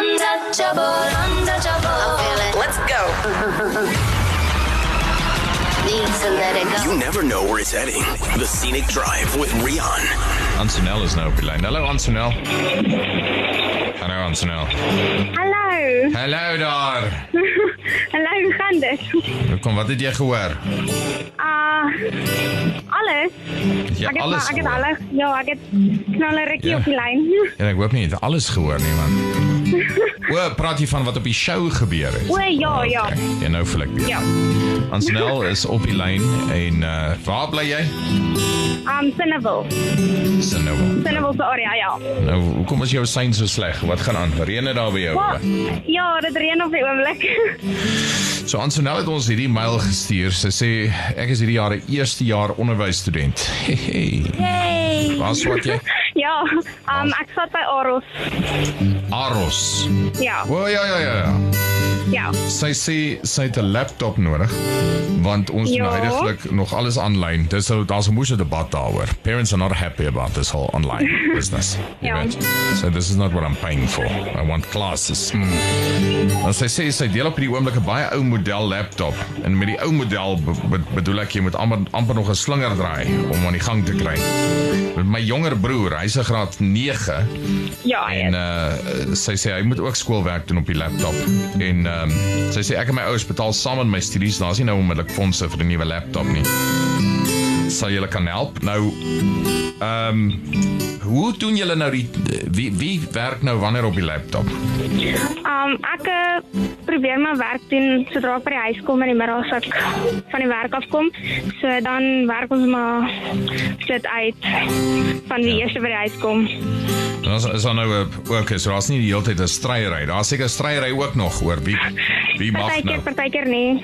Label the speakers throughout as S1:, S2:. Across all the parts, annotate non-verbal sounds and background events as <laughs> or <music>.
S1: untouchable, untouchable. I'm feeling.
S2: Let's go.
S1: Need to let it go.
S3: You never know where it's heading. The Scenic Drive with Rion.
S4: Antonel is nou now behind. Hello, Antonel. Hallo, Antonel.
S5: Hallo.
S4: Hallo daar.
S5: Hallo, hoe gaan dit?
S4: Kom, wat het jy gehoor?
S5: Ah, alles.
S4: Het Jy
S5: ek het
S4: alles
S5: maar- ek het
S4: gehoor?
S5: alles. Ja, ek het knallerikkie
S4: Ja.
S5: op die lyn. <laughs>
S4: Ja, ek hoop nie jy het alles gehoor nie, man. O, praat jy van wat op die show gebeur het?
S5: O, ja, ja.
S4: Okay. En nou voel ek weer.
S5: Ja.
S4: Antonel is op die lyn en uh, waar bly jy?
S5: Um Sinneville.
S4: Sin nou.
S5: Sinneville se area, ja.
S4: Nou, hoekom is jou sein so sleg? Wat gaan aan? Reën dit daar by jou?
S5: Maar ja, dit reën op die oomblik. <laughs>
S4: So Antonel het ons hierdie mail gestuur. Sy sê ek is hierdie jaar 'n eerste jaar onderwysstudent. <laughs> Hey, hey.
S5: Yay.
S4: Waar swat jy?
S5: Ja, um ek sat by Aros.
S4: Aros.
S5: Ja,
S4: O ja ja ja ja.
S5: ja.
S4: Sy sê sy het 'n laptop nodig want ons doen
S5: Ja.
S4: heidaglik nog alles aanlyn. Dis so daar's 'n moeë debat daaroor. Parents are not happy about this whole online
S5: <laughs>
S4: business. You
S5: Ja.
S4: know? So this is not what I'm paying for. I want classes. Mm. En sy sê sy deel op hierdie oomblik 'n baie ou model laptop en met die ou model be be bedoel ek jy moet amper, amper nog 'n slinger draai om aan die gang te kry. Met my jonger broer, hy's in graad 9
S5: Ja,
S4: En uh sy sê hy moet ook skoolwerk doen op die laptop. En ehm um, sy sê ek en my ouers betaal saam aan my studies. Daar's nie nou onmiddellik fondse vir 'n nuwe laptop nie. Sal julle kan help? Nou ehm um, hoe doen julle nou die wie wie werk nou wanneer op die laptop?
S5: um ek eh, probeer my werk doen sodra ek by die huis kom in die middag as ek van die werk af kom. So dan werk ons maar dit uit van
S4: Ja.
S5: die eerste by die huis kom.
S4: Dan is, is daar nou 'n ook is so daar's nie die hele tyd 'n stryery. Daar's seker stryery ook nog oor wie wie mag nou.
S5: Partykeer, partykeer nie.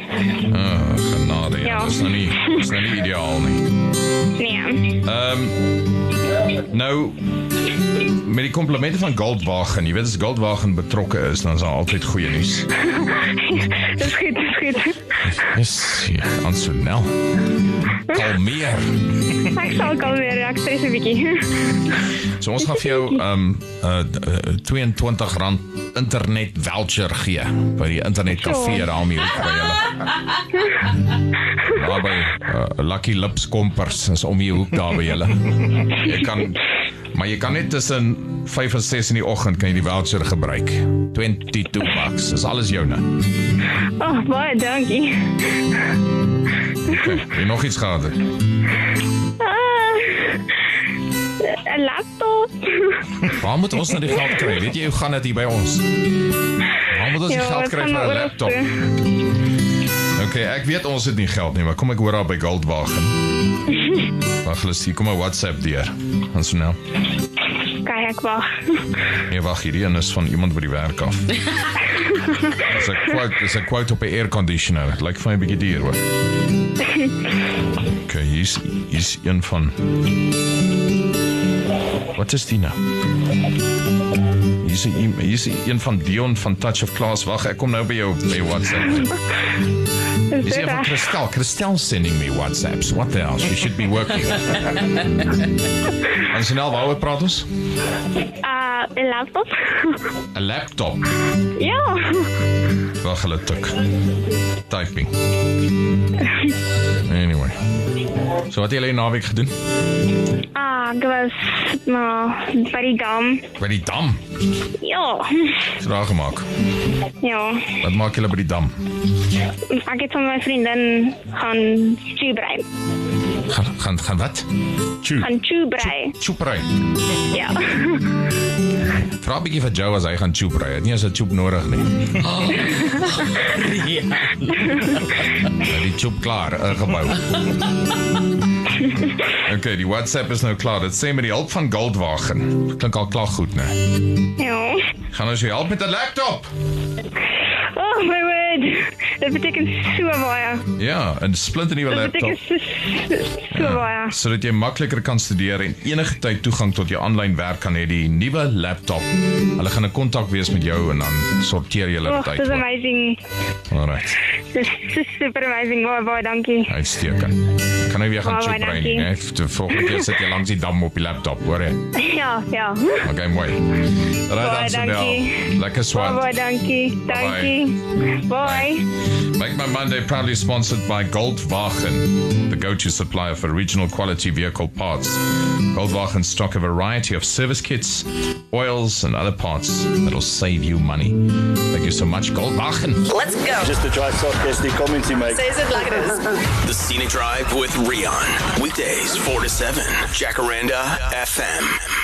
S4: Oh, genade. Ja.
S5: Ja.
S4: Dis nou nie dis nou nie ideaal nie.
S5: <laughs> Nee.
S4: Ehm nou met die komplimente van Goldwagen, jy weet as Goldwagen betrokke is, dan is daar altyd goeie nuus.
S5: Dis goed, dis goed.
S4: Yes, Anselnel. Kalmeer.
S5: Ek sal kalmeer, ek stres 'n bietjie.
S4: So ons gaan vir jou ehm um, uh, uh, R22 internet voucher gee by die internetkafee
S5: Sure.
S4: daar om hier by julle. Daar by uh, Lucky Lips Kompers is om die hoek daar by julle. Jy kan maar jy kan net tussen 5 en 6 in die oggend kan jy die voucher gebruik. 22 bucks. Dis alles joune.
S5: <laughs> Oh, baie dankie.
S4: Okay, jy nog iets gehad het.
S5: Ah, 'n Laptop.
S4: Waar moet ons nou die geld kry? Weet jy hoe gaan dit hier by ons? Waar moet ons die geld
S5: dit
S4: kry
S5: Ja,
S4: vir
S5: gaan na
S4: 'n
S5: oorlog
S4: laptop?
S5: toe.
S4: Okay, ek weet ons het nie geld nie, maar kom ek hoor daar by Goldwagen. Wag, hulle sê kom maar WhatsApp deur. Ons so nou.
S5: Kyk, ek wag.
S4: Nee, wag, hierdie een is van iemand by die werk af. Dis 'n quote, dis 'n quote op 'n air conditioner. Dit lyk vir my 'n bietjie duur hoor. Okay, hier's hier's een van Wat is dit nou? Hier's 'n e- hier's een van Dion van Touch of Class. Wag, ek kom nou by jou by WhatsApp. Is
S5: Dis dit
S4: it from
S5: reg?
S4: Christelle? Christelle's sending me WhatsApps. What the hell? She should be working. en Chanel, waaroor praat ons?
S5: Ah, 'n laptop. <laughs>
S4: 'n Laptop.
S5: Ja.
S4: Wag, hulle tik. Typing. Anyway. So wat het julle hier naweek gedoen?
S5: Ah, ek was maar by die dam.
S4: By die dam.
S5: Ja.
S4: Wat raak gemaak?
S5: Ja.
S4: Wat maak julle by die dam?
S5: Ek het van my vriendin gaan chubrai.
S4: Gaan gaan gaan wat? Chu.
S5: Gaan chubrai.
S4: Chupray.
S5: Ja.
S4: Vra 'n bietjie vir Joe as hy gaan chupray. Het nie as 'n chup nodig nie. Nou, die job klaar, ingebou. okay, die WhatsApp is nou klaar. Dit sê met die hulp van Goldwagen. Klink al klaar goed, né?
S5: Ja.
S4: Gaan ons jou help met 'n laptop?
S5: Oh my word. Dit beteken so baie.
S4: Ja, 'n splinternuwe
S5: Dit beteken
S4: laptop
S5: so, so, so baie.
S4: sodat jy makliker kan studeer en enige tyd toegang tot jou aanlyn werk kan hê. Die nuwe laptop. Hulle gaan in kontak wees met jou en dan sorteer julle
S5: Oh,
S4: dit
S5: dit is
S4: uit.
S5: amazing.
S4: Alrite.
S5: Dit is so super amazing. Oh, Baie baie dankie.
S4: Uitstekend. gaan nou weer gaan
S5: Baie
S4: chop ry nie,
S5: dankie.
S4: né? Die Volgende keer sit jy langs die dam op die laptop, hoor jy?
S5: Ja, ja.
S4: Okay, mooi. Ry
S5: Baie
S4: dan
S5: dankie.
S4: sonder. Lekker
S5: Baie
S4: swat.
S5: baie dankie. Dankie. Bye.
S4: Make My Monday proudly sponsored by Goldwagen, the go-to supplier for regional quality vehicle parts. Goldwagen stock a variety of service kits, oils, and other parts that'll save you money. Thank you so much, Goldwagen.
S2: Let's go.
S6: Just to try sarcastic comments he makes.
S2: Says it like it is.
S3: The Scenic Drive with Rion. Weekdays 4 to 7. Jacaranda FM.